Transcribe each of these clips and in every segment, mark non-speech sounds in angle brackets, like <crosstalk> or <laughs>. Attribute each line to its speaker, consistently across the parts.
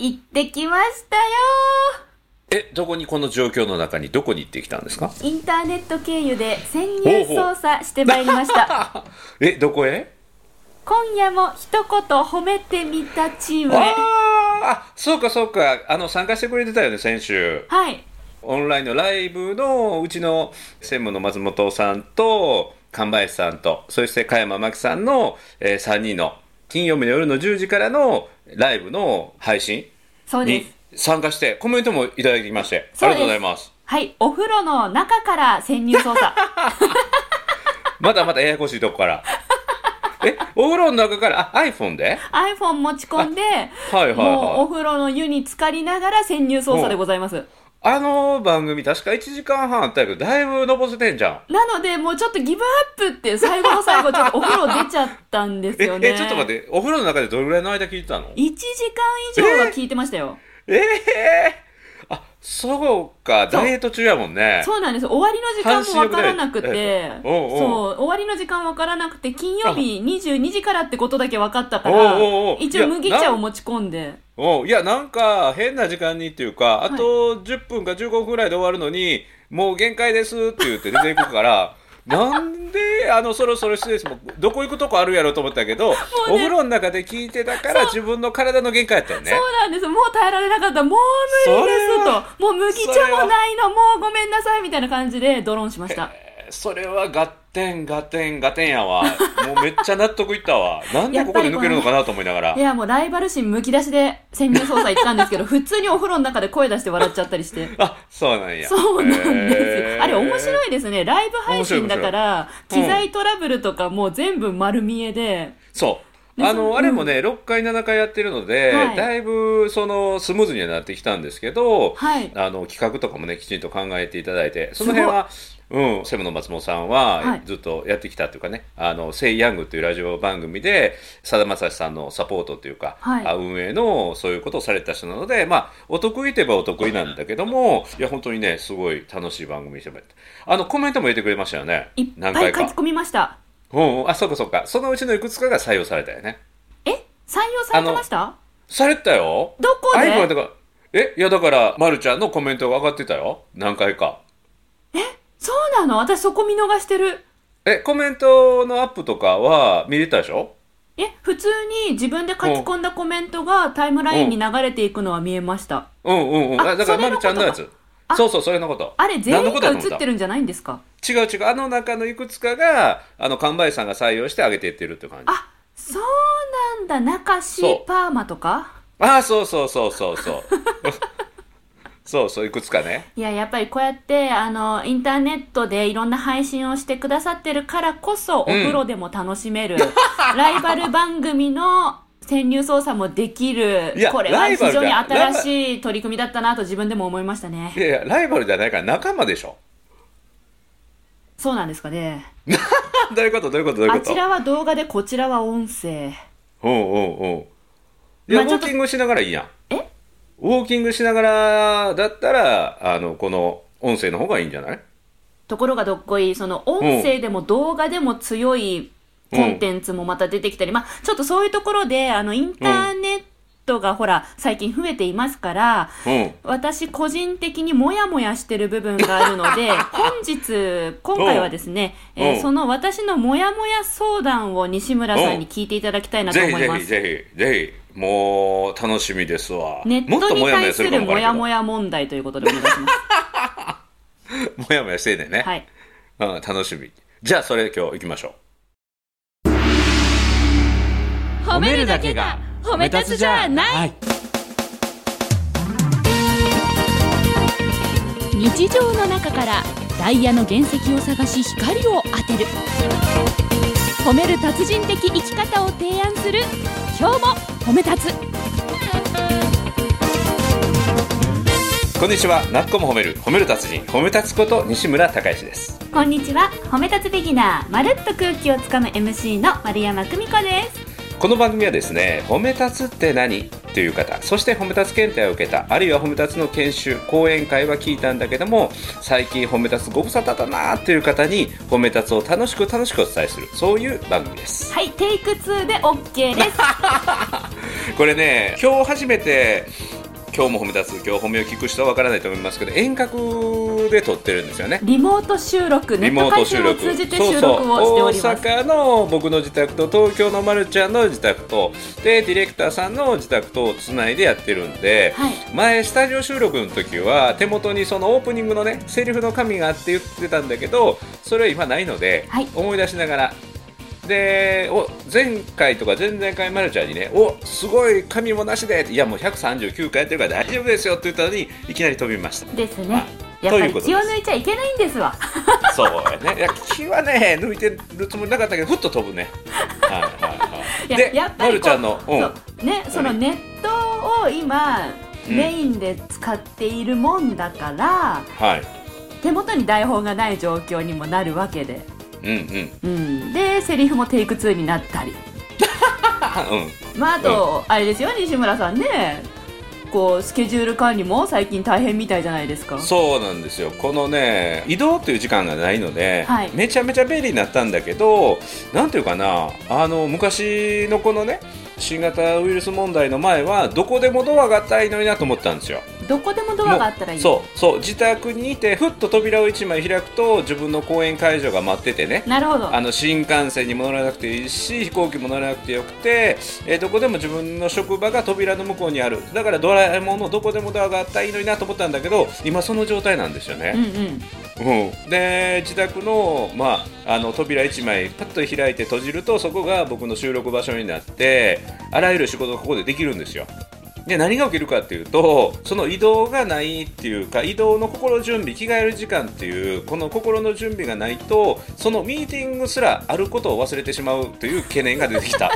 Speaker 1: 行ってきましたよ
Speaker 2: え、どこにこの状況の中にどこに行ってきたんですか
Speaker 1: インターネット経由で潜入捜査してまいりました
Speaker 2: え、どこへ
Speaker 1: <laughs> 今夜も一言褒めてみたチームへ
Speaker 2: ああ、そうかそうか。あの、参加してくれてたよね、先週。
Speaker 1: はい
Speaker 2: オンラインのライブのうちの専務の松本さんと、神林さんと、そして加山真紀さんの、えー3人の金曜日の夜の10時からのライブの配信
Speaker 1: そうで
Speaker 2: に
Speaker 1: す
Speaker 2: 参加して、コメントもいただきまして、あ
Speaker 1: そ
Speaker 2: り
Speaker 1: うです
Speaker 2: がとうございます。
Speaker 1: はいお風呂の中から潜入捜
Speaker 2: <laughs>
Speaker 1: 査
Speaker 2: まだまだややこしいとこから。え、お風呂の中から、あ、iPhone で
Speaker 1: iPhone 持ち込んで
Speaker 2: はいはい
Speaker 1: もうお
Speaker 2: はい。
Speaker 1: 風呂の湯に浸かりながら潜入捜査でございます
Speaker 2: あの番組確か1時間半あったけど、だいぶのぼせてんじゃん。
Speaker 1: なのでもうちょっとギブアップって最後の最後ちょっとお風呂出ちゃったんです
Speaker 2: <laughs> え、
Speaker 1: よね
Speaker 2: え、ちょっと待って、お風呂の中でどれぐらいの間聞いてたのえ
Speaker 1: 1時間以上は聞いてましたよ、
Speaker 2: えー、あ、そうか、
Speaker 1: そう
Speaker 2: ダイエット中やもんね。
Speaker 1: そうなんです終わりの時間もわからなくて
Speaker 2: 半身浴でおうおう
Speaker 1: そう終わりの時間わからなくて金曜日22時からってことだけ分かったから
Speaker 2: おうおうおう
Speaker 1: 一応麦
Speaker 2: いや
Speaker 1: 茶
Speaker 2: な
Speaker 1: を持ち込んで
Speaker 2: おいや、なんか変な時間にっていうか、あと10分か15分ぐらいで終わるのに、もう限界ですって言って出てい
Speaker 1: <laughs>
Speaker 2: くから、なんで、あの、そろそろ失礼します。どこ行くとこあるやろと思ったけ
Speaker 1: う
Speaker 2: ど、
Speaker 1: ね
Speaker 2: お風呂の中で聞いてたから自分の体の限界やったよね
Speaker 1: そう。なんですもう耐えられなかったもう無理
Speaker 2: それ
Speaker 1: で
Speaker 2: は
Speaker 1: すともう麦茶もないのもうごめんなさいみたいな感じでドローンしました
Speaker 2: それはガッテンガテンガテン
Speaker 1: <laughs>
Speaker 2: やわもうめっちゃ納得いったわなんでここで抜けるのかなと思いながら
Speaker 1: いやもうライバル心むき出しで潜入捜査行ったんです
Speaker 2: <laughs>
Speaker 1: けど普通にお風呂の中で声出して笑っちゃったりして
Speaker 2: あそうなんや
Speaker 1: そうなんですよ、
Speaker 2: へー
Speaker 1: あれ面白いですねライブ配信だから
Speaker 2: 面白い面白い
Speaker 1: 機材トラブルとかもう全部丸見えで、
Speaker 2: そう
Speaker 1: ね
Speaker 2: あ
Speaker 1: そうう
Speaker 2: の
Speaker 1: ん
Speaker 2: あれもね6回7回やってるので、
Speaker 1: はい
Speaker 2: だいぶそのスムーズにはなってきたんですけど、
Speaker 1: はい
Speaker 2: あの企画とかもねきちんと考えていただいてその辺はうん、セブンの松本さんは、
Speaker 1: はい
Speaker 2: ずっとやってきたというかね「あのセイ・ヤング」というラジオ番組でさだまさしさんのサポートというか、
Speaker 1: はい
Speaker 2: あ運営のそういうことをされた人なので、まあ、お得意といえばお得意なんだけどもいや本当にねすごい楽しい番組にしてもらってあのコメントも入れてくれましたよね
Speaker 1: いっぱ
Speaker 2: 何
Speaker 1: い
Speaker 2: 回
Speaker 1: 書き込
Speaker 2: か。
Speaker 1: みました
Speaker 2: うんうん、あそうかそうかそのうちのいくつかが採用されたよね。
Speaker 1: え採用されてました
Speaker 2: されたよ
Speaker 1: どこで
Speaker 2: iPhone とかえいやだから、ま、るちゃんのコメントが上がってたよ何回か
Speaker 1: そうなの私そこ見逃してる
Speaker 2: えコメントのアップとかは見れたでしょ
Speaker 1: え普通に自分で書き込んだコメントがタイムラインに流れていくのは見えました
Speaker 2: うんうんうん
Speaker 1: あ
Speaker 2: あだから
Speaker 1: それの
Speaker 2: まる
Speaker 1: こ
Speaker 2: ちゃ
Speaker 1: と
Speaker 2: ん
Speaker 1: か
Speaker 2: のやつ
Speaker 1: あ
Speaker 2: そうそうそれのこと
Speaker 1: あれ全
Speaker 2: 何の
Speaker 1: 員
Speaker 2: こと
Speaker 1: が
Speaker 2: だと思
Speaker 1: 映ってるんじゃないんですか
Speaker 2: 違う違うあの中のいくつかがあの神林さんが採用して上げていってるって感じ
Speaker 1: あそうなんだ中シ
Speaker 2: そう
Speaker 1: パーマとか
Speaker 2: ああそうそうそうそうそう <laughs> そうそういくつかね
Speaker 1: いや、やっぱりこうやって、あの、インターネットでいろんな配信をしてくださってるからこそ、お風呂でも楽し
Speaker 2: <laughs>
Speaker 1: める、ライバル番組の潜入捜査もできる
Speaker 2: いや、
Speaker 1: これは
Speaker 2: ライ
Speaker 1: 非
Speaker 2: バル
Speaker 1: 常
Speaker 2: だ
Speaker 1: に新しい取り組みだったなと自分でも思いました
Speaker 2: い
Speaker 1: ね。
Speaker 2: やいやライバルじゃないから仲間でしょ <laughs>
Speaker 1: そうなんですかね。
Speaker 2: どういうことどういうことどういう
Speaker 1: あ
Speaker 2: こと
Speaker 1: ちらは動画で、こちらは音声。
Speaker 2: うんうんうん。いや、
Speaker 1: まあ
Speaker 2: ウ
Speaker 1: ちょ
Speaker 2: ォ
Speaker 1: っ
Speaker 2: ー
Speaker 1: と
Speaker 2: キングしながらいいやん。
Speaker 1: え
Speaker 2: ウォーキングしながらだったら、あの、この音声の方がいいんじゃない
Speaker 1: ところがどっこい、その音声でも動画でも強いコンテンツもまた出てきたり、まあちょっとそういうところで、あの、インターネットがほら、最近増えていますから、
Speaker 2: うん。
Speaker 1: 私個人的にモヤモヤしてる部分がある
Speaker 2: <laughs>
Speaker 1: ので本日今回はですね、えー
Speaker 2: うん
Speaker 1: その私のモヤモヤ相談を西村さんに聞いていただきたいなと
Speaker 2: ぜ
Speaker 1: 思い
Speaker 2: ひぜ
Speaker 1: ま
Speaker 2: ひ
Speaker 1: す
Speaker 2: ぜひぜひ。もう、楽しみですわ。
Speaker 1: ネッ
Speaker 2: もっ
Speaker 1: ト
Speaker 2: と
Speaker 1: に
Speaker 2: もやも
Speaker 1: 対
Speaker 2: や
Speaker 1: す
Speaker 2: するか
Speaker 1: る
Speaker 2: も
Speaker 1: モ
Speaker 2: わか
Speaker 1: ヤ
Speaker 2: ん
Speaker 1: モ
Speaker 2: ない
Speaker 1: ヤ問題ということでお願いします
Speaker 2: けど。もやもやしてんねんね。
Speaker 1: はい
Speaker 2: うん、楽しみ。じゃあ、それ今日行きましょう。
Speaker 1: 褒
Speaker 3: はい、
Speaker 4: 日常の中からダイヤの原石を探し光を当てる褒める達人的生き方を提案する今日も褒め立つ
Speaker 2: こんにちは。なっこも褒める、褒める達人、褒め立つこと西村孝之です。
Speaker 1: こんにちは褒め立つビギナーまるっと空気をつかむ MC の丸山久美子です
Speaker 2: この番組はですね「褒め立つって何?」という方そして褒め立つ検定を受けたあるいは褒め立つの研修講演会は聞いたんだけども最近褒め立つご無沙汰だなという方に褒め立つを楽しく楽しくお伝えするそういう番組です
Speaker 1: はいテイク2で OK です
Speaker 2: <laughs> これね今日初めて今日も褒め立つ今日褒めを聞く人はわからないと思いますけど遠隔で撮ってるんですよね
Speaker 1: <laughs> リモート収録、ネット回線を通じて収録をしております。
Speaker 2: そうそう大阪の僕の自宅と東京のまるちゃんの自宅とでディレクターさんの自宅とをつないでやってるんで、
Speaker 1: はい
Speaker 2: 前スタジオ収録の時は手元にそのオープニングのねセリフの紙があって言ってたんだけどそれは今ないので、
Speaker 1: はい
Speaker 2: 思い出しながらでお前回とか前々回まるちゃんにねおすごい紙もなしでっていやもう139回やってるから大丈夫ですよって言ったのにいきなり飛びました
Speaker 1: です
Speaker 2: は
Speaker 1: ね
Speaker 2: い。
Speaker 1: やっぱ
Speaker 2: という
Speaker 1: り
Speaker 2: こと
Speaker 1: 気
Speaker 2: で
Speaker 1: を
Speaker 2: す
Speaker 1: 抜いちゃいけないんですわ。
Speaker 2: そうやね。いや気はね抜いてるつもりなかったけどふっと飛ぶね。はいはい
Speaker 1: い
Speaker 2: はい。
Speaker 1: や
Speaker 2: <laughs> で
Speaker 1: やっ、ぱりこ
Speaker 2: ま
Speaker 1: う
Speaker 2: るちゃんの、うん、
Speaker 1: そうね、そのネットを今、
Speaker 2: うん
Speaker 1: メインで使っているもんだから、
Speaker 2: はい、
Speaker 1: 手元に台本がない状況にもなるわけで。
Speaker 2: うんうん、
Speaker 1: うん、で、セリフもテイク2になったり。
Speaker 2: あうん、
Speaker 1: まあ、あと、あれですよ、西村さんね。こう、スケジュール管理も最近大変みたいじゃないですか。
Speaker 2: そうなんですよ。このね移動という時間がないので、
Speaker 1: はい
Speaker 2: めちゃめちゃ便利になったんだけど、なんていうかなあの昔のこのね新型ウイルス問題の前はどこでもドアがあったらいいのになと思ったんですよ。
Speaker 1: どこでもドアがあったらいい。
Speaker 2: そうそう自宅にいてふっと扉を一枚開くと自分の公演会場が待っててね。
Speaker 1: なるほど。
Speaker 2: あの新幹線にも乗らなくていいし飛行機も乗らなくてよくて、えーどこでも自分の職場が扉の向こうにあるだからドラえもんのどこでもドアがあったらいいのになと思ったんだけど今その状態なんですよ
Speaker 1: うん
Speaker 2: ね、
Speaker 1: うん。
Speaker 2: うんで自宅の,、まあ、あの扉1枚パッと開いて閉じるとそこが僕の収録場所になってあらゆる仕事がここでできるんですよで何が起きるかっていうとその移動がないっていうか移動の心準備着替える時間っていうこの心の準備がないとそのミーティングすらあることを忘れてしまうという懸念が出てきた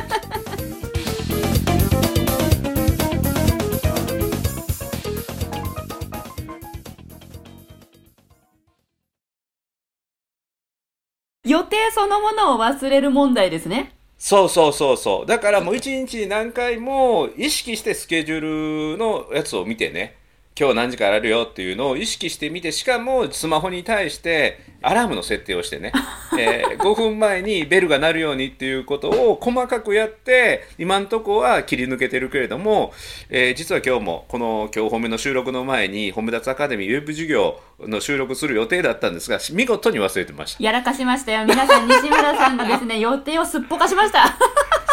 Speaker 1: 予定そのものを忘れる問題ですね。
Speaker 2: そうそうそうそうだからもう一日に何回も意識してスケジュールのやつを見てね今日何時からやるよっていうのを意識してみてしかもスマホに対してアラームの設定をしてね、えー5分前にベルが鳴るようにっていうことを細かくやって今んとこは切り抜けてるけれども、えー実は今日もこの今日褒めの収録の前に褒め立つアカデミーウェブ授業の収録する予定だったんですが見事に忘れてました。
Speaker 1: やらかしましたよ。皆さん、西村さんがです
Speaker 2: <laughs>
Speaker 1: ね、予定をすっぽかしました。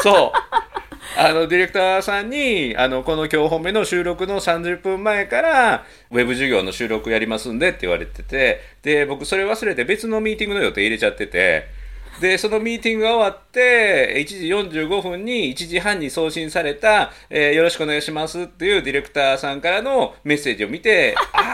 Speaker 2: そう。あの、ディレクターさんに、あの、この今日本目の収録の30分前から、ウェブ授業の収録やりますんでって言われてて、で、僕それ忘れて別のミーティングの予定入れちゃってて、で、そのミーティングが終わって、1時45分に1時半に送信された、えーよろしくお願いしますっていうディレクターさんからのメッセージを見て、あー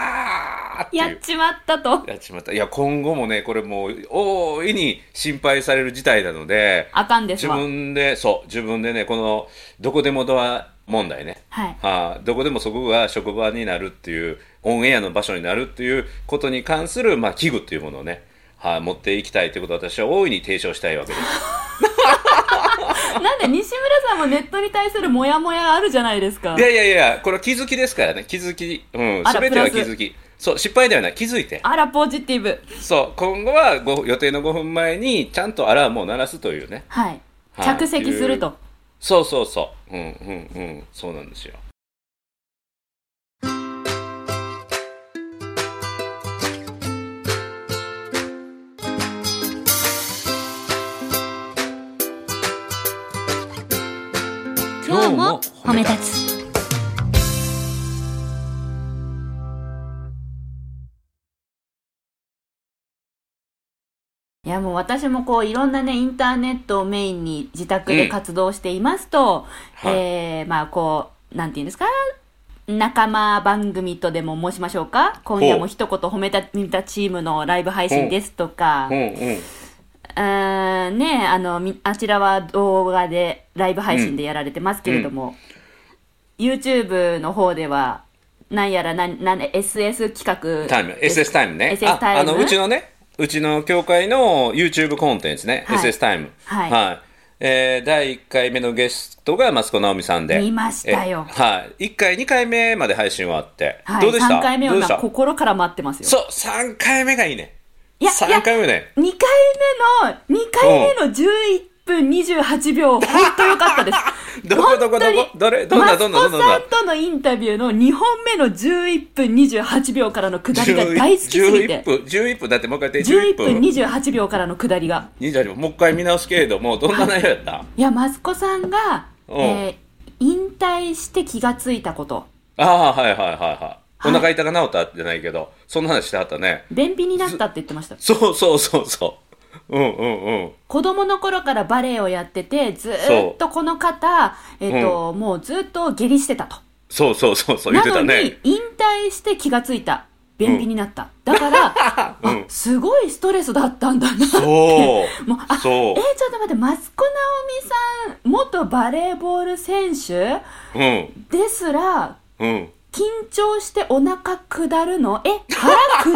Speaker 2: っていう
Speaker 1: やっちまったと。
Speaker 2: やっちまった。いや、今後もね、これもう、大いに心配される事態なので、
Speaker 1: あかんです
Speaker 2: 自
Speaker 1: わ。
Speaker 2: 分でそう自分でねこのどこでもドア問題ね、
Speaker 1: はい。
Speaker 2: はあ、どこでもそこが職場になるっていうオンエアの場所になるっていうことに関する、まあ、器具っていうものをね、はあ、持っていきたいということを私は大いに提唱したいわけです
Speaker 1: なんで、西村さんもネットに対するモヤモヤあるじゃないですか
Speaker 2: い。やいやいやこれは気づきですからね気づき、うん、
Speaker 1: あら
Speaker 2: 全ては
Speaker 1: プ
Speaker 2: 気
Speaker 1: ラス
Speaker 2: づきそう失敗ではない気づいて
Speaker 1: あら、ポジティブ。
Speaker 2: そう今後はご予定の5分前にちゃんとアラームを鳴らすというね
Speaker 1: はい。
Speaker 2: はい
Speaker 1: 着席すると。
Speaker 2: そうそうそううんうんうんそうなんですよ
Speaker 4: 今日も褒め立つ
Speaker 1: いや、もう私もこう、いろんなね、インターネットをメインに自宅で活動していますと、
Speaker 2: うんはい
Speaker 1: えー、まあ、こう、なんて言うんですか、仲間番組とでも申しましょうか今夜も一言褒めた、見たチームのライブ配信ですとか
Speaker 2: うん、うん
Speaker 1: うーんねあのみあちらは動画でライブ配信でやられてますけれども、YouTube の方ではなんやらなんなん SS 企画
Speaker 2: タイム、SS タイムね。
Speaker 1: SS タイム
Speaker 2: ああの、うちのね、うちの協会の YouTube コンテンツね、
Speaker 1: はい
Speaker 2: SS タイム。
Speaker 1: はい
Speaker 2: えー第1回目のゲストがマスコ直美さんで。
Speaker 1: 見ましたよ
Speaker 2: えはい。1回、2回目まで配信はあって。
Speaker 1: はい、
Speaker 2: どうでした
Speaker 1: 3回目
Speaker 2: ど
Speaker 1: を
Speaker 2: うで
Speaker 1: な
Speaker 2: した
Speaker 1: 心から待ってますよ
Speaker 2: そう、3回目がいいね。
Speaker 1: いやいや
Speaker 2: 3回目ね。
Speaker 1: 2回目の2回目の11分28秒、
Speaker 2: <laughs>
Speaker 1: 本当良かったです。
Speaker 2: どこどこどこどれどんなどんなどんなどん
Speaker 1: マ
Speaker 2: な
Speaker 1: ツコさんとのインタビューの2本目の11分28秒からの下りが大好きすぎ
Speaker 2: 11
Speaker 1: て。
Speaker 2: 分、11分だってもう一回言って、
Speaker 1: 11
Speaker 2: 11
Speaker 1: 分
Speaker 2: 分。
Speaker 1: 28秒からの下りが。
Speaker 2: 28分、もう一回見直すけれども、どんな内容やった
Speaker 1: いや、マツコさんが、
Speaker 2: うん
Speaker 1: えー引退して気がついたこと。
Speaker 2: ああ、はいはいはいはい。
Speaker 1: は
Speaker 2: お
Speaker 1: い
Speaker 2: 腹痛くなったじゃないけど、そんな話してはったね。
Speaker 1: 便秘になったって言ってました。
Speaker 2: そうそうそうそう。うんうんうん。
Speaker 1: 子供の頃からバレエをやってて、ずーっとこの方、えっ、と、もうずーっと下痢してたと。
Speaker 2: そうそうそうそう、言
Speaker 1: な
Speaker 2: って
Speaker 1: の
Speaker 2: た
Speaker 1: に、
Speaker 2: ね。
Speaker 1: 引退して気がついた。便秘になった。だ
Speaker 2: <laughs>
Speaker 1: から、
Speaker 2: うん
Speaker 1: あ、すごいストレスだったんだなって。
Speaker 2: そう。
Speaker 1: もう、あ、えー、ち
Speaker 2: そ
Speaker 1: ょっ
Speaker 2: う
Speaker 1: と待って、マスコナオミさん、元バレーボール選手
Speaker 2: うん。
Speaker 1: ですら、
Speaker 2: うん。
Speaker 1: 緊張してお腹下るのえ、腹下り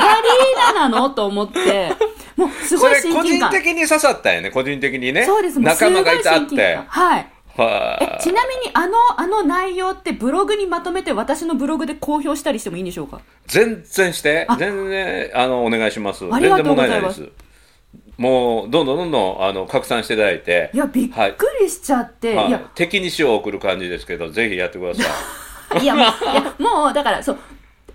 Speaker 1: なのと思って、もうす
Speaker 2: そ
Speaker 1: ごい
Speaker 2: れ
Speaker 1: 親
Speaker 2: 個
Speaker 1: 近
Speaker 2: 人
Speaker 1: 感。
Speaker 2: 的に刺さったよね、個人的にね。
Speaker 1: そうです、もうすご
Speaker 2: 仲
Speaker 1: い
Speaker 2: 間がいたっ
Speaker 1: 親近
Speaker 2: て
Speaker 1: 感。。はい。え
Speaker 2: は
Speaker 1: ちなみにあのあの内容ってブログにまとめて私のブログで公表したりしてもいいんでしょうか
Speaker 2: 全然して
Speaker 1: あ、
Speaker 2: 全然、あの、お願いします。
Speaker 1: ありがとうございます
Speaker 2: 全然問題なです。もう、どんどんどんどん、あの、拡散していただいて。
Speaker 1: いやびっ
Speaker 2: はい
Speaker 1: くりしちゃって、
Speaker 2: はい
Speaker 1: いや
Speaker 2: 敵に塩を送る感じですけど、ぜひやってください。
Speaker 1: い
Speaker 2: <laughs>
Speaker 1: や、もういやもう、だから、そう。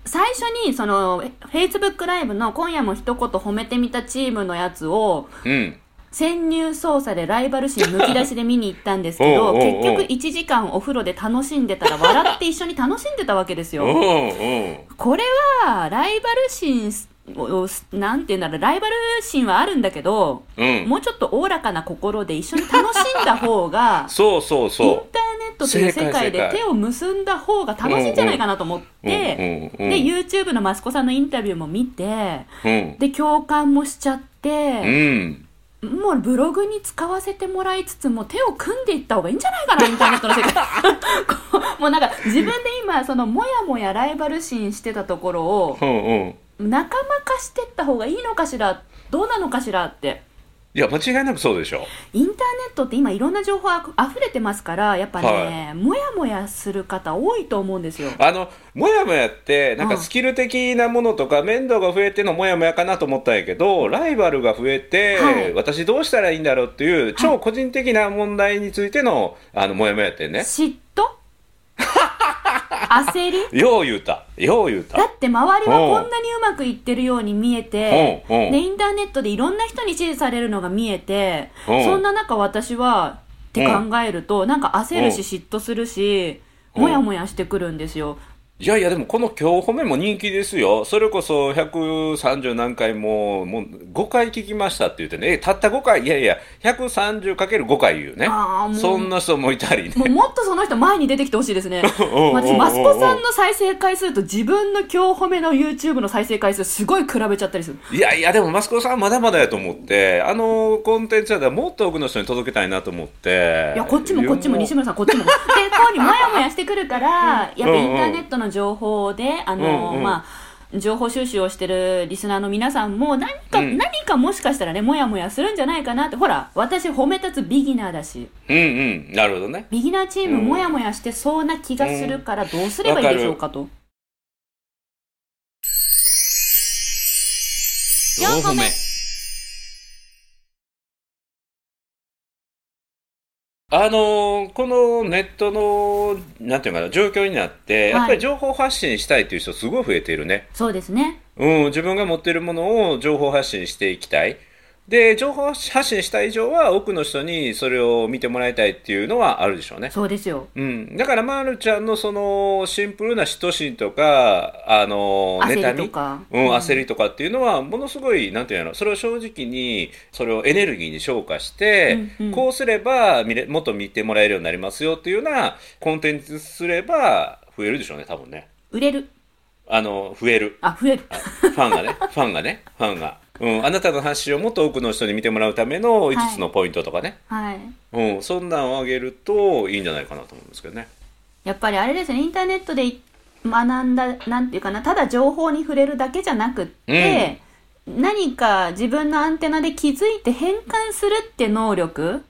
Speaker 1: 最初に、その、フェイスブックライブの今夜も一言褒めてみたチームのやつを、 <laughs>
Speaker 2: うん。
Speaker 1: 潜入捜査でライバル心むき出しで見に行ったんですけど、
Speaker 2: おうおうおう
Speaker 1: 結局1時間お風呂で楽しんでたら笑って一緒に楽しんでたわけです
Speaker 2: うん
Speaker 1: よ。
Speaker 2: うん。
Speaker 1: これは、ライバル心を、なんて言うんだろう、ライバル心はあるんだけど、
Speaker 2: うん、
Speaker 1: もうちょっとおおらかな心で一緒に楽しんだ方が
Speaker 2: そうそう
Speaker 1: イン
Speaker 2: そ
Speaker 1: ターネットという世界
Speaker 2: 正
Speaker 1: で
Speaker 2: 解
Speaker 1: 手を結んだ方が楽しいんじゃないかなと思っ
Speaker 2: う。
Speaker 1: て、
Speaker 2: うんうん
Speaker 1: で、YouTube のマスコさんのインタビューも見て、
Speaker 2: うん。
Speaker 1: で、共感もしちゃっ
Speaker 2: う
Speaker 1: て、
Speaker 2: ん。
Speaker 1: もうブログに使わせてもらいつつも手を組んでいった方がいいんじゃないかな、インターネットの世界。こ <laughs> うもうなんか自分で今、そのもやもやライバル心してたところを
Speaker 2: う、んうん。
Speaker 1: 仲間化してった方がいいのかしら、どうなのかしらって。
Speaker 2: いや、間違いなくそうでしょ。
Speaker 1: インターネットって今いろんな情報あふれてますから、やっぱね、
Speaker 2: は
Speaker 1: もやもやする方多いと思うんですよ。
Speaker 2: あの、もやもやって、なん
Speaker 1: う
Speaker 2: か
Speaker 1: ん
Speaker 2: スキル的なものとか、面倒が増えてのもやもやかなと思ったんやけど、ライバルが増えて、
Speaker 1: はい
Speaker 2: 私どうしたらいいんだろうっていう、超個人的な問題についての、あの、もやもやってね。
Speaker 1: 嫉妬焦り
Speaker 2: よう言うた。よう言う
Speaker 1: だ
Speaker 2: た。
Speaker 1: って周りはこんなにうまくいってるように見えて、
Speaker 2: うんうん
Speaker 1: でインターネットでいろんな人に支持されるのが見えて、
Speaker 2: うん
Speaker 1: そんな中私はって考えると、なんか焦るし嫉妬するし、
Speaker 2: うん
Speaker 1: もやもやしてくるんですよ。
Speaker 2: いやいや、でもこの今日褒めも人気ですよ。それこそ130何回も、もう5回聞きましたって言ってね、え、たった5回、いやいや、130×5 回言うね
Speaker 1: あーもう。
Speaker 2: そんな人もいたりね。
Speaker 1: もうもっとその人前に出てきてほしいです
Speaker 2: <laughs>
Speaker 1: ね。
Speaker 2: うんうん
Speaker 1: 私、マスコさんの再生回数と自分の今日褒めの YouTube の再生回数すごい比べちゃったりする。
Speaker 2: いやいや、でも、マスコさんはまだまだやと思って、あのコンテンツやったらもっと多くの人に届けたいなと思って。
Speaker 1: いや、こっちもこっちも西村さんこっちも。で、こうにもやもやしてくる
Speaker 2: <laughs>
Speaker 1: から、やっぱインターネットの情報で、あ
Speaker 2: う
Speaker 1: の
Speaker 2: ん、うん
Speaker 1: まあ、情報収集をしてるリスナーの皆さんも、何か、
Speaker 2: うん
Speaker 1: 何かもしかしたらね、もやもやするんじゃないかなって。ほら、私褒め立つビギナーだし、
Speaker 2: うんうん、なるほどね。
Speaker 1: ビギナーチーム
Speaker 2: うん
Speaker 1: もやもやしてそうな気がするから、どうすればいいでしょうかと。
Speaker 4: 四個目
Speaker 2: あのーこのネットの、なんていうのかな、状況になって、やっぱり情報発信したいっていう人すごい増えているね。
Speaker 1: そうですね。
Speaker 2: うん、自分が持っているものを情報発信していきたい。で、情報発信した以上は、多くの人にそれを見てもらいたいっていうのはあるでしょうね。
Speaker 1: そうですよ。
Speaker 2: うん、だから、まるちゃんのそのシンプルな嫉妬心とか、あの
Speaker 1: 焦
Speaker 2: 妬
Speaker 1: りと
Speaker 2: み、
Speaker 1: か
Speaker 2: うん、焦りとかっていうのは、ものすごい、なんていうの、それを正直に、それをエネルギーに消化して、
Speaker 1: うんうん
Speaker 2: こうすれば見れ、もっと見てもらえるようになりますよっていうようなコンテンツすれば、増えるでしょうね、多分ね。
Speaker 1: 売れる。
Speaker 2: あの、増える。
Speaker 1: あ、増える。
Speaker 2: ファンが
Speaker 1: <laughs>
Speaker 2: ね、ファンがね、ファンが。うん、あなたの話をもっと多くの人に見てもらうための5つのポイントとかね、
Speaker 1: はい。
Speaker 2: うん、そんなんをあげるといいんじゃないかなと思うんですけどね。
Speaker 1: やっぱりあれですね、インターネットで学んだ、なんていうかな、ただ情報に触れるだけじゃなくって、何か自分のアンテナで気づいて変換するって能力、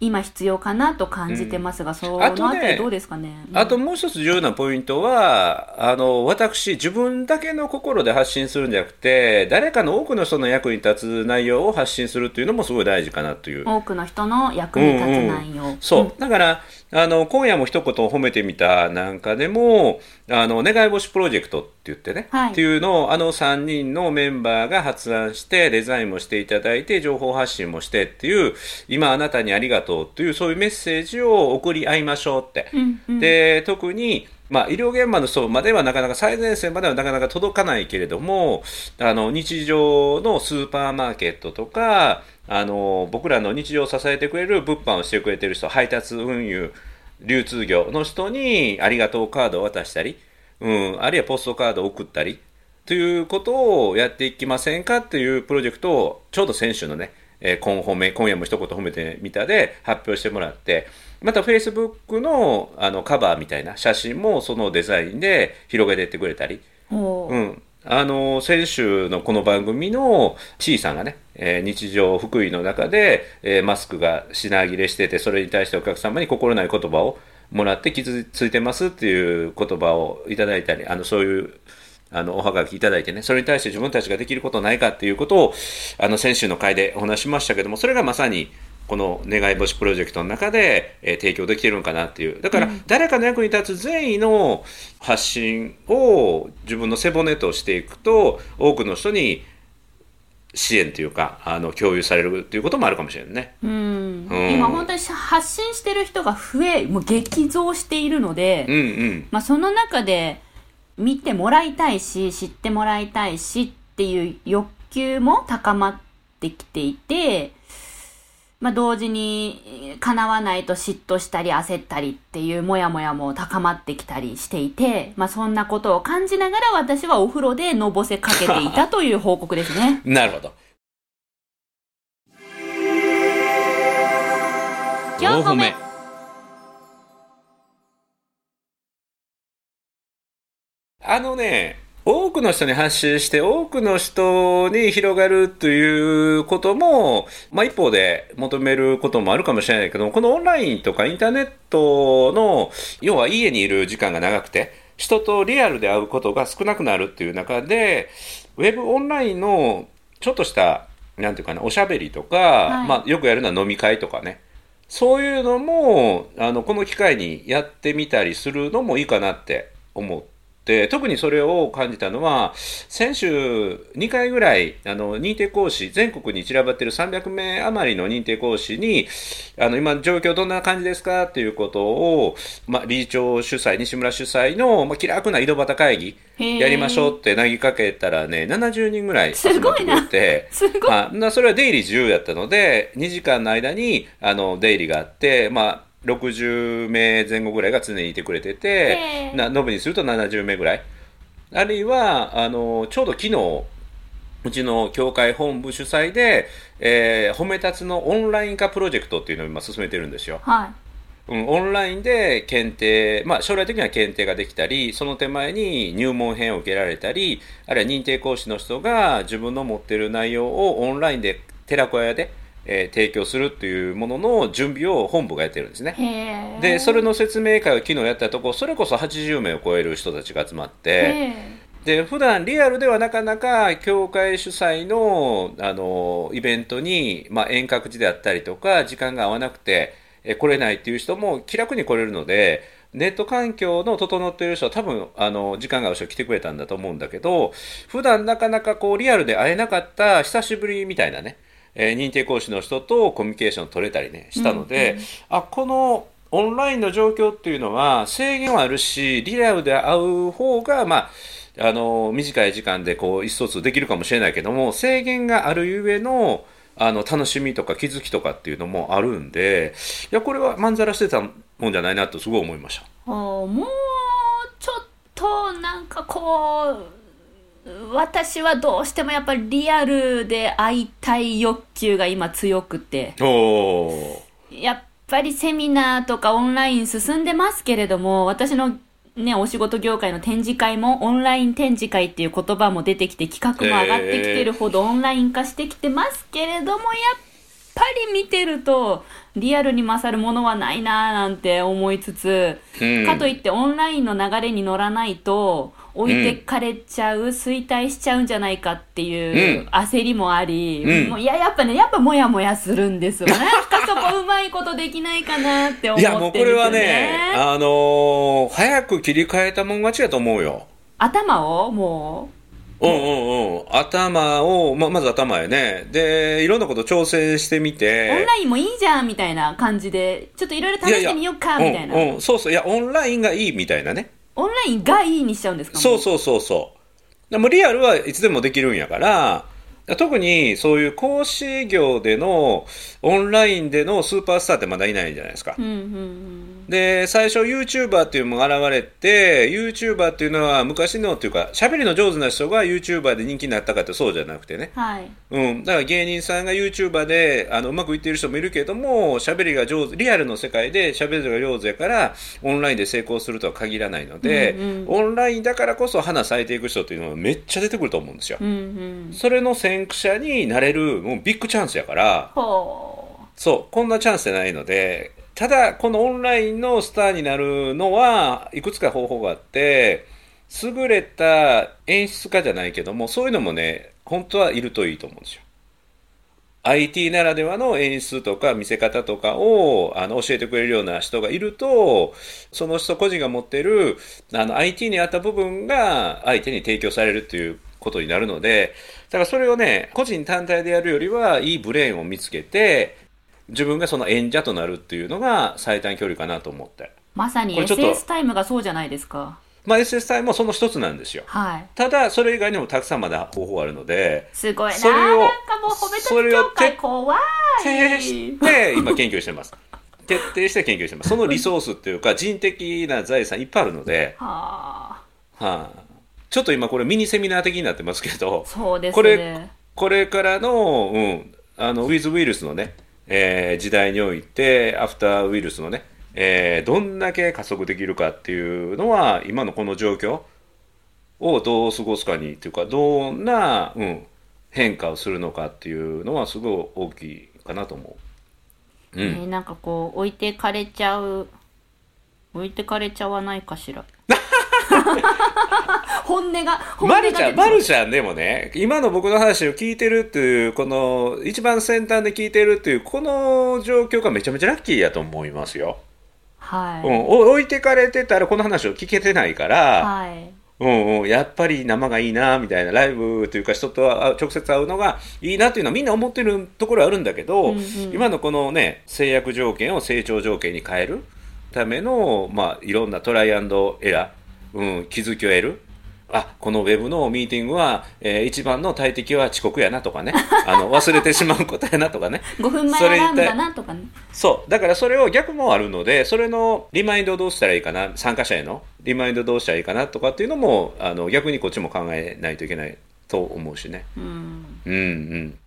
Speaker 1: 今必要かなと感じてますが、そ
Speaker 2: あ
Speaker 1: の
Speaker 2: と
Speaker 1: あ
Speaker 2: ね
Speaker 1: たりどうですかね。うん
Speaker 2: あともう一つ重要なポイントは、あの、私、自分だけの心で発信するんじゃなくて、誰かの多くの人の役に立つ内容を発信するっていうのもすごい大事かなという。
Speaker 1: 多くの人の役に立つ内容。
Speaker 2: うんうんそう。だから、あの、今夜も一言褒めてみたなんかでも、あの、願い星プロジェクトって言ってね、
Speaker 1: はい
Speaker 2: っていうのを、あの3人のメンバーが発案して、デザインもしていただいて、情報発信もしてっていう、今あなたにありがとうっていう、そういうメッセージを送り合いましょうって。
Speaker 1: うんうん
Speaker 2: で特に、まあ、医療現場の層まではなかなか最前線まではなかなか届かないけれどもあの日常のスーパーマーケットとかあの僕らの日常を支えてくれる物販をしてくれてる人配達運輸流通業の人にありがとうカードを渡したり、うん、あるいはポストカードを送ったりということをやっていきませんかっていうプロジェクトをちょうど先週のね、えー今褒め今夜も一言褒めてみたで発表してもらってまた Facebook のあのカバーみたいな写真もそのデザインで広げていってくれたり、
Speaker 1: ほう
Speaker 2: うん、あの先週のこの番組の C さんがね、えー日常福井の中で、えーマスクが品切れしててそれに対してお客様に心ない言葉をもらって傷ついてますっていう言葉をいただいたりあのそういうあのおはがきいただいてねそれに対して自分たちができることないかっていうことをあの先週の回でお話しましたけどもそれがまさにこの願い星プロジェクトの中で、えー提供できてるのかなっていうだから誰かの役に立つ善意の発信を自分の背骨としていくと多くの人に支援というかあの共有されるということもあるかもしれないね。
Speaker 1: うん
Speaker 2: うん
Speaker 1: 今本当に発信してる人が増えもう激増しているので、
Speaker 2: うんうん。
Speaker 1: まあ、その中で見てもらいたいし知ってもらいたいしっていう欲求も高まってきていて、まあ、同時に叶わないと嫉妬したり焦ったりっていうモヤモヤも高まってきたりしていて、まあ、そんなことを感じながら私はお風呂でのぼせかけていたという報告ですね
Speaker 2: なるほど。
Speaker 1: 4個目
Speaker 2: あのね、多くの人に発信して、多くの人に広がるということも、まあ一方で求めることもあるかもしれないけど、このオンラインとかインターネットの、要は家にいる時間が長くて、人とリアルで会うことが少なくなるっていう中で、ウェブオンラインのちょっとした、なんていうかな、おしゃべりとか、
Speaker 1: い
Speaker 2: まあよくやるのは飲み会とかね、そういうのも、あの、この機会にやってみたりするのもいいかなって思って、特にそれを感じたのは、先週2回ぐらい、あの、認定講師、全国に散らばってる300名余りの認定講師に、あの、今状況どんな感じですかっていうことを、まあ、理事長主催、西村主催の、まあ、気楽な井戸端会議、
Speaker 1: へー
Speaker 2: <laughs> やりましょうって投げかけたらね、70人ぐらい集まってくれて、
Speaker 1: すごいなすごい
Speaker 2: <laughs> まあ、なそれは出入り自由やったので、2時間の間にあの出入りがあって、まあ、60名前後ぐらいが常にいてくれて
Speaker 1: へ
Speaker 2: て、
Speaker 1: ー
Speaker 2: な延べにすると70名ぐらい。あるいは、あのちょうど昨日、うちの教会本部主催で、えー褒め立つのオンライン化プロジェクトっていうのを今進めてるんですよ。
Speaker 1: はい
Speaker 2: うん、オンラインで検定、まあ、将来的には検定ができたり、その手前に入門編を受けられたり、あるいは認定講師の人が自分の持っている内容をオンラインで、寺子屋で、えー提供するっていうものの準備を本部がやってるんですね。
Speaker 1: へー
Speaker 2: で、それの説明会を昨日やったところ、それこそ80名を超える人たちが集まって、
Speaker 1: へ
Speaker 2: で普段リアルではなかなか教会主催のあのイベントに、まあ、遠隔地であったりとか時間が合わなくてえ来れないっていう人も気楽に来れるのでネット環境の整っている人は多分あの時間が合う人来てくれたんだと思うんだけど普段なかなかこうリアルで会えなかった久しぶりみたいなね、えー認定講師の人とコミュニケーション取れたりねしたので、あこのオンラインの状況っていうのは制限はあるしリアルで会う方がまああの短い時間でこう意思疎通できるかもしれないけども制限があるゆえのあの楽しみとか気づきとかっていうのもあるんでいやこれはまんざらしてたもんじゃないなとすごい思いました。
Speaker 1: おーもうちょっとなんかこう私はどうしてもやっぱりリアルで会いたい欲求が今強くて
Speaker 2: おー
Speaker 1: やっぱりセミナーとかオンライン進んでますけれども私のね、お仕事業界の展示会もオンライン展示会っていう言葉も出てきて企画も上がってきてるほどオンライン化してきてますけれどもやっぱり見てるとリアルに勝るものはないなーなんて思いつつ、
Speaker 2: うん
Speaker 1: かといってオンラインの流れに乗らないと置いてかれちゃう、衰退しちゃうんじゃないかっていう
Speaker 2: うん
Speaker 1: 焦りもあり、
Speaker 2: うん
Speaker 1: もういややっぱねやっぱモヤモヤするんですよなんかそこうまいことできないかなって思ってる
Speaker 2: いや、もうんこ
Speaker 1: です
Speaker 2: れ
Speaker 1: よ
Speaker 2: はね、あのー早く切り替えたもん勝ちだと思うよ。
Speaker 1: 頭をも
Speaker 2: うんうんうん。頭を、ま、まず頭やね。で、いろんなこと調整してみ
Speaker 1: うオン
Speaker 2: て。
Speaker 1: ラインもいいじゃんみたいな感じでちょっといろいろ試してみようかみたいな
Speaker 2: うんうん。そうそう。いや、オンラインがいいみたいなね。
Speaker 1: オンラインがいいにしちゃうんですかも
Speaker 2: そうそうそうそう。でもリアルはいつでもできるんやから、特にそういう講師業でのオンラインでのスーパースターってまだいないじゃないですか。
Speaker 1: うんうんうん
Speaker 2: で、最初 YouTuber っていうのも現れて、YouTuber っていうのは昔のっていうか、喋りの上手な人が YouTuber で人気になったかってそうじゃなくてね。
Speaker 1: はい
Speaker 2: うん。だから芸人さんが YouTuber で、あの、うまくいってる人もいるけども、喋りが上手、リアルの世界で喋りが上手やから、オンラインで成功するとは限らないので、
Speaker 1: うんうん
Speaker 2: オンラインだからこそ花咲いていく人っていうのはめっちゃ出てくると思うんですよ。
Speaker 1: うんうん
Speaker 2: それの先駆者になれる、もうビッグチャンスやから、
Speaker 1: ほう
Speaker 2: そう、こんなチャンスってないので、ただ、このオンラインのスターになるのは、いくつか方法があって、優れた演出家じゃないけども、そういうのもね、本当はいるといいと思うんですよ。IT ならではの演出とか見せ方とかをあの教えてくれるような人がいると、その人個人が持ってるあの IT に合った部分が相手に提供されるっていうことになるので、だからそれをね、個人単体でやるよりはいいブレーンを見つけて、自分がその演者となるっていうのが最短距離かなと思って。
Speaker 1: まさに
Speaker 2: これちょっと
Speaker 1: SS タイムがそうじゃないですか
Speaker 2: まあ SSI もその一つなんですよ。
Speaker 1: はい
Speaker 2: ただ、それ以外にもたくさんまだ方法あるので、
Speaker 1: すごいな
Speaker 2: それを
Speaker 1: なんかもう褒め立
Speaker 2: そ
Speaker 1: つ
Speaker 2: れを
Speaker 1: 協会
Speaker 2: 徹
Speaker 1: 怖い
Speaker 2: 徹底して今研究してます。徹底して研究してます。そのリソースっていうか人的な財産いっぱいあるので、
Speaker 1: はあ
Speaker 2: はあ、ちょっと今これミニセミナー的になってますけど、
Speaker 1: そうですね
Speaker 2: これこれからの、うん、あのウィズウイルスのね、えー時代においてアフターウイルスのね、えーどんだけ加速できるかっていうのは今のこの状況をどう過ごすかにというかどんな、うん、変化をするのかっていうのはすごい大きいかなと思う。う
Speaker 1: え
Speaker 2: ん
Speaker 1: ーなんかこう置いてかれちゃう置いてかれちゃわないかし
Speaker 2: <laughs>
Speaker 1: ら本音が本音が
Speaker 2: マ
Speaker 1: 出て
Speaker 2: ルちゃん、マルちゃんでもね、今の僕の話を聞いてるっていう、この、一番先端で聞いてるっていう、この状況がめちゃめちゃラッキーやと思いますよ。
Speaker 1: はい、
Speaker 2: うん、お置いてかれてたらこの話を聞けてないから、
Speaker 1: はい
Speaker 2: うんうん、やっぱり生がいいな、みたいな、ライブというか人とあ直接会うのがいいなっていうのはみんな思ってるところはあるんだけど、
Speaker 1: うんうん
Speaker 2: 今のこのね、制約条件を成長条件に変えるための、まあ、いろんなトライアンドエラー、うん、気づきを得る。あ、このウェブのミーティングは、えー一番の大敵は遅刻やなとかね、あの、忘れてしまうことやなとかね。
Speaker 1: 5分前
Speaker 2: そ
Speaker 1: ア
Speaker 2: れ
Speaker 1: ラーム
Speaker 2: に対
Speaker 1: だなとかね
Speaker 2: そう。だからそれを逆もあるので、それのリマインドをどうしたらいいかな、参加者へのリマインドどうしたらいいかなとかっていうのも、あの、逆にこっちも考えないといけないと思うしね。
Speaker 1: うん
Speaker 2: うんうん。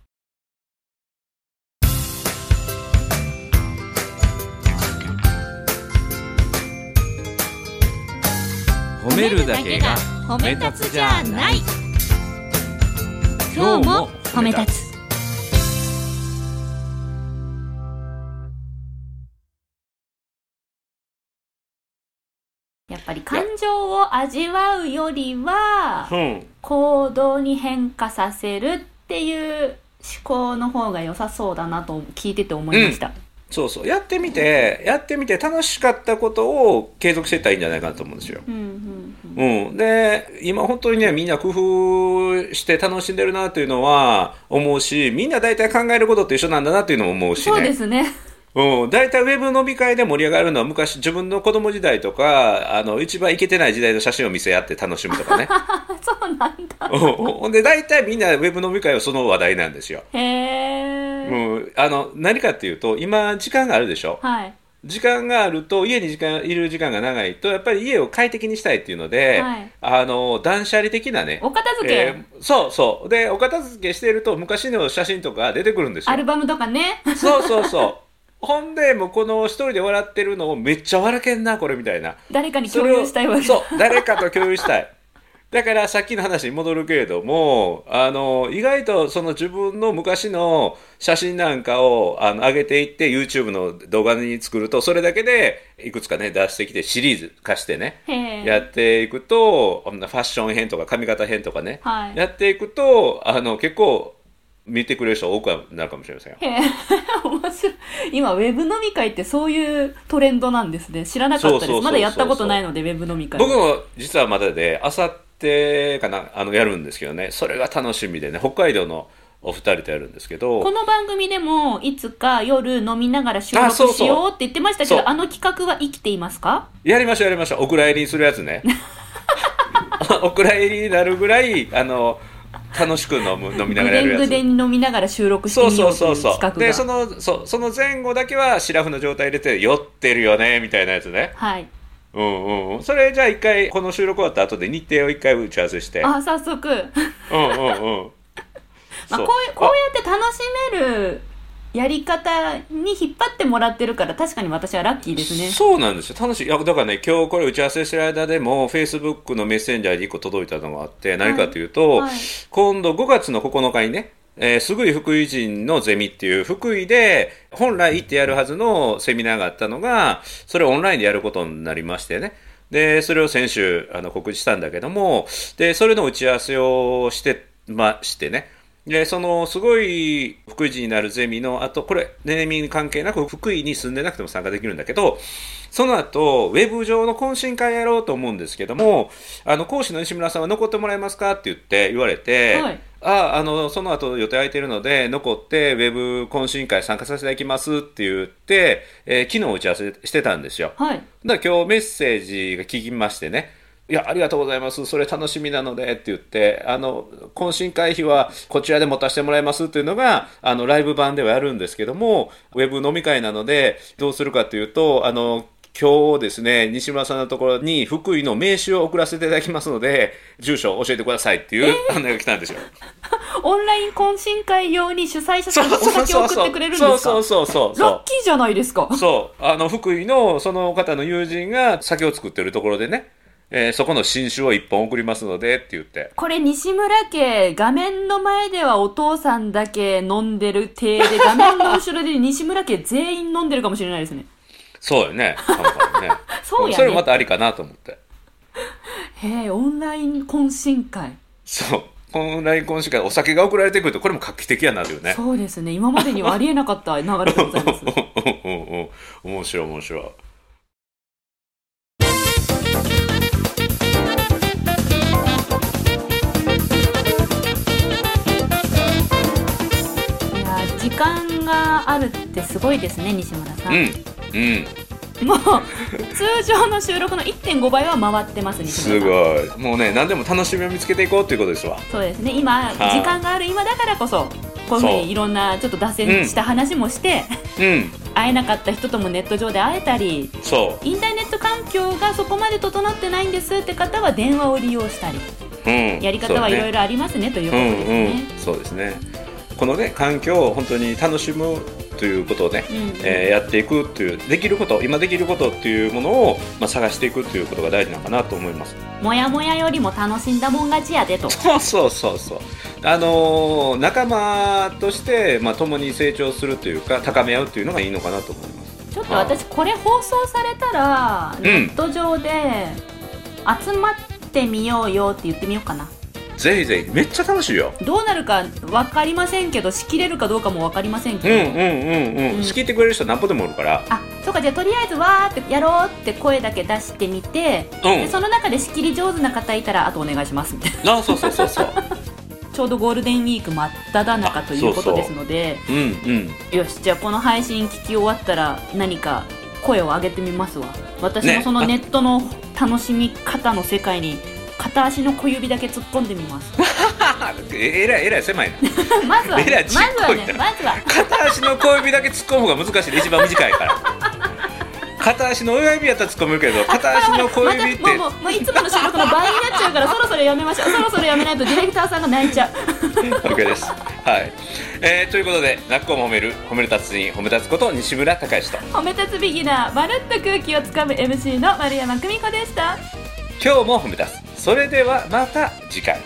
Speaker 2: 褒
Speaker 4: 褒
Speaker 2: め立つじゃない今日も褒め立
Speaker 4: つ
Speaker 1: やっぱり感情を味わうよりは
Speaker 2: うん。
Speaker 1: 行動に変化させるっていう思考の方が良さそうだなと聞いてて思いました、
Speaker 2: そうそう。やってみて、やってみて楽しかったことを継続していったらいいんじゃないかなと思うんですよ。
Speaker 1: うん、うんうん
Speaker 2: うん、で今本当にねみんな工夫して楽しんでるなっていうのは思うしみんな大体考えることって一緒なんだなっていうのも思うし
Speaker 1: そうで
Speaker 2: ね
Speaker 1: すね <laughs>
Speaker 2: うん、大体ウェブ飲み会で盛り上がるのは昔自分の子供時代とかあの一番イケてない時代の写真を見せ合って楽しむとか
Speaker 1: <laughs>
Speaker 2: ね
Speaker 1: そうなんだ
Speaker 2: うんほんで大体みんなウェブ飲み会はその話題なんですよ、
Speaker 1: へえ、
Speaker 2: うん、あの何かっていうと今時間があるでしょ
Speaker 1: はい
Speaker 2: 時間があると家に時間いる時間が長いとやっぱり家を快適にしたいっていうので、
Speaker 1: はい
Speaker 2: あの断捨離的なね
Speaker 1: お片付け、
Speaker 2: えーそうそうでお片付けしていると昔の写真とか出てくるんです
Speaker 1: ア
Speaker 2: よ
Speaker 1: ルバムとかね <laughs>
Speaker 2: そうそうそうほんでもうこの一人で笑ってるのをめっちゃ笑けんなこれみたいな
Speaker 1: 誰かに
Speaker 2: そ
Speaker 1: 共
Speaker 2: れを
Speaker 1: 有したいわけ
Speaker 2: そう誰かと共有したいだからさっきの話に戻るけれども、あの、意外とその自分の昔の写真なんかをあの上げていって YouTube の動画に作ると、それだけでいくつかね、出してきてシリーズ化してね、
Speaker 1: へえ
Speaker 2: やっていくと、あのファッション編とか髪型編とかね、
Speaker 1: はい
Speaker 2: やっていくと、あの、結構見てくれる人多くなるかもしれませんよ。
Speaker 1: へえ <laughs> 面白い今ウェブ飲み会ってそういうトレンドなんですね知らなかったです
Speaker 2: そうそうそうそう
Speaker 1: まだやったことないのでウェブ飲み会
Speaker 2: 僕も実はまだで、あさってかな、あの、やるんですけどね、それが楽しみでね、北海道のお二人とやるんですけど、
Speaker 1: この番組でもいつか夜飲みながら収録
Speaker 2: あそうそう
Speaker 1: しようって言ってましたけど
Speaker 2: そう
Speaker 1: あの企画は生きていますか
Speaker 2: やりましょうやりましょうお蔵入りにするやつ
Speaker 1: <laughs>
Speaker 2: ねお蔵入りになるぐらいあの楽しく飲む飲みな
Speaker 1: ぐ
Speaker 2: がら
Speaker 1: で
Speaker 2: やる
Speaker 1: ん
Speaker 2: や
Speaker 1: ぐ
Speaker 2: つ
Speaker 1: でん飲みながら収録して
Speaker 2: そう
Speaker 1: みよ
Speaker 2: そう
Speaker 1: うと
Speaker 2: そ
Speaker 1: いうう企画
Speaker 2: そう
Speaker 1: が
Speaker 2: でそのそうその前後だけはシラフの状態入れて酔ってるよねみたいなやつね
Speaker 1: はい
Speaker 2: うんうんうんそれじゃあ一回この収録終わった後で日程を一回打ち合わせして
Speaker 1: あ早速、
Speaker 2: うん
Speaker 1: <laughs>
Speaker 2: うんうん
Speaker 1: まあ、
Speaker 2: そ
Speaker 1: こういうこうやって楽しめるやり方に引っ張ってもらってるから確かに私はラッキーですね
Speaker 2: そうなんですよ楽しいいやだからね今日これ打ち合わせしてる間でもフェイスブックのメッセンジャーで1個届いたのがあって何かというと、
Speaker 1: はいはい
Speaker 2: 今度5月の9日にねえーすぐい福井人のゼミっていう福井で本来行ってやるはずのセミナーがあったのがそれをオンラインでやることになりましてねでそれを先週あの告知したんだけどもでそれの打ち合わせをしてましてねでそのすごい福井人になるゼミのあとこれネーミング関係なく福井に住んでなくても参加できるんだけどその後ウェブ上の懇親会やろうと思うんですけどもあの講師の西村さんは残ってもらえますかって言って言われて、
Speaker 1: はい
Speaker 2: ああのその後予定空いてるので残ってウェブ懇親会参加させていただきますって言って、えー昨日打ち合わせしてたんですよ。
Speaker 1: はい
Speaker 2: だから今日メッセージが聞きましてね、いや、ありがとうございます、それ楽しみなのでって言って、あの、懇親会費はこちらで持たせてもらいますっていうのが、あの、ライブ版ではやるんですけども、ウェブ飲み会なので、どうするかというと、あの、今日ですね、西村さんのところに福井の名刺を送らせていただきますので、住所を教えてくださいっていう案内が来た
Speaker 1: <laughs>
Speaker 2: んですよ。
Speaker 1: オンライン懇親会用に主催者さんがお酒を送ってくれるんです
Speaker 2: そ
Speaker 1: か
Speaker 2: うそうそうそうそう。
Speaker 1: ラッキーじゃないです <laughs> か
Speaker 2: そう、あの、福井のその方の友人が酒を作ってるところでね、えーそこの新酒を一本送りますのでって言って。
Speaker 1: これ西村家画面の前ではお父さんだけ飲んでる体
Speaker 2: <laughs>
Speaker 1: で画面の後ろで西村家全員飲んでるかもしれないですね
Speaker 2: そうよね。多分ね
Speaker 1: <laughs> そうやね
Speaker 2: それもまたありかなと思って。
Speaker 1: へえオンライン懇親会
Speaker 2: そう。オンライン懇親会、お酒が送られてくると、これも画期的やなというね。
Speaker 1: そうですね今までにはありえなかった流れでございます
Speaker 2: <laughs> うんうんうん <laughs> 面白い面白い。
Speaker 1: いや時間があるってすごいですね西村さ、
Speaker 2: うんん。うん。
Speaker 1: もう通常の収録の1.5倍は回ってます西
Speaker 2: す
Speaker 1: 村さん
Speaker 2: ごい。もうね、何でも楽しみを見つけていこうということですわ。
Speaker 1: そうですね今時間がある今だからこそこういうふう
Speaker 2: そう
Speaker 1: にいろんなちょっと脱線した話もして、
Speaker 2: うん。
Speaker 1: 会えなかった人ともネット上で会えたり
Speaker 2: そ
Speaker 1: インターネット環境がそこまで整ってないんですって方は電話を利用したり
Speaker 2: う。うん。
Speaker 1: やり方はいろい
Speaker 2: ろ。
Speaker 1: ろありますねという
Speaker 2: う
Speaker 1: ことです
Speaker 2: ん
Speaker 1: ね。
Speaker 2: うん。そうですね。このね、環境を本当に楽しむということをね、
Speaker 1: うん
Speaker 2: えーやっていくっていうできること今できることっていうものを、まあ、探していくっていうことが大事なのかなと思います
Speaker 1: もやもやよりも楽しんだもん勝ちやでと。
Speaker 2: <laughs> そうそうそうそうあのー仲間として、まあ、共に成長するというか高め合うっていうのがいいのかなと思います
Speaker 1: ちょっと私これ放送されたら
Speaker 2: ん
Speaker 1: ネット上で集まってみようよって言ってみようかな。
Speaker 2: ぜひぜひめっちゃ楽しいよ
Speaker 1: どうなるか分かりませんけど仕切れるかどうかも分かりません
Speaker 2: うんう
Speaker 1: けど。
Speaker 2: んうんうん、
Speaker 1: うん
Speaker 2: 仕切ってくれる人何歩でもおるから
Speaker 1: あそうかじゃあとりあえずわーってやろうって声だけ出してみて、
Speaker 2: うん
Speaker 1: でその中で仕切り上手な方いたらあとお願いしますみたいな
Speaker 2: あそうそうそうそう
Speaker 1: ちょうどゴールデンウィーク真っ只中ということですので
Speaker 2: <laughs> うんうん
Speaker 1: よしじゃあこの配信聞き終わったら何か声を上げてみますわ私
Speaker 2: ね
Speaker 1: もそのネットの楽しみ方の世界に片足の小指だけ突っ込んでみます
Speaker 2: <laughs> あええらいえらい狭いな
Speaker 1: まずは、
Speaker 2: えらい
Speaker 1: ね、
Speaker 2: ちっ
Speaker 1: まず
Speaker 2: こ
Speaker 1: はい
Speaker 2: な
Speaker 1: ねまずは
Speaker 2: 片足の小指だけ突っ込む方が難しいで一番短いから片足の親指やったら突っ込めるけど片足の小指って
Speaker 1: またもうもうもういつもの収録の倍になっちゃうからそろそろやめましょ
Speaker 2: <laughs>
Speaker 1: うそろそろやめないとディレクターさんが泣いちゃう
Speaker 2: OK です。はい。えーということで、なっこも褒める、褒める達人、褒め立つこと西村隆之と。
Speaker 1: 褒め立つビギナーまるっと空気をつかむ MC の丸山久美子でした
Speaker 2: 今日も褒め立つそれではまた次回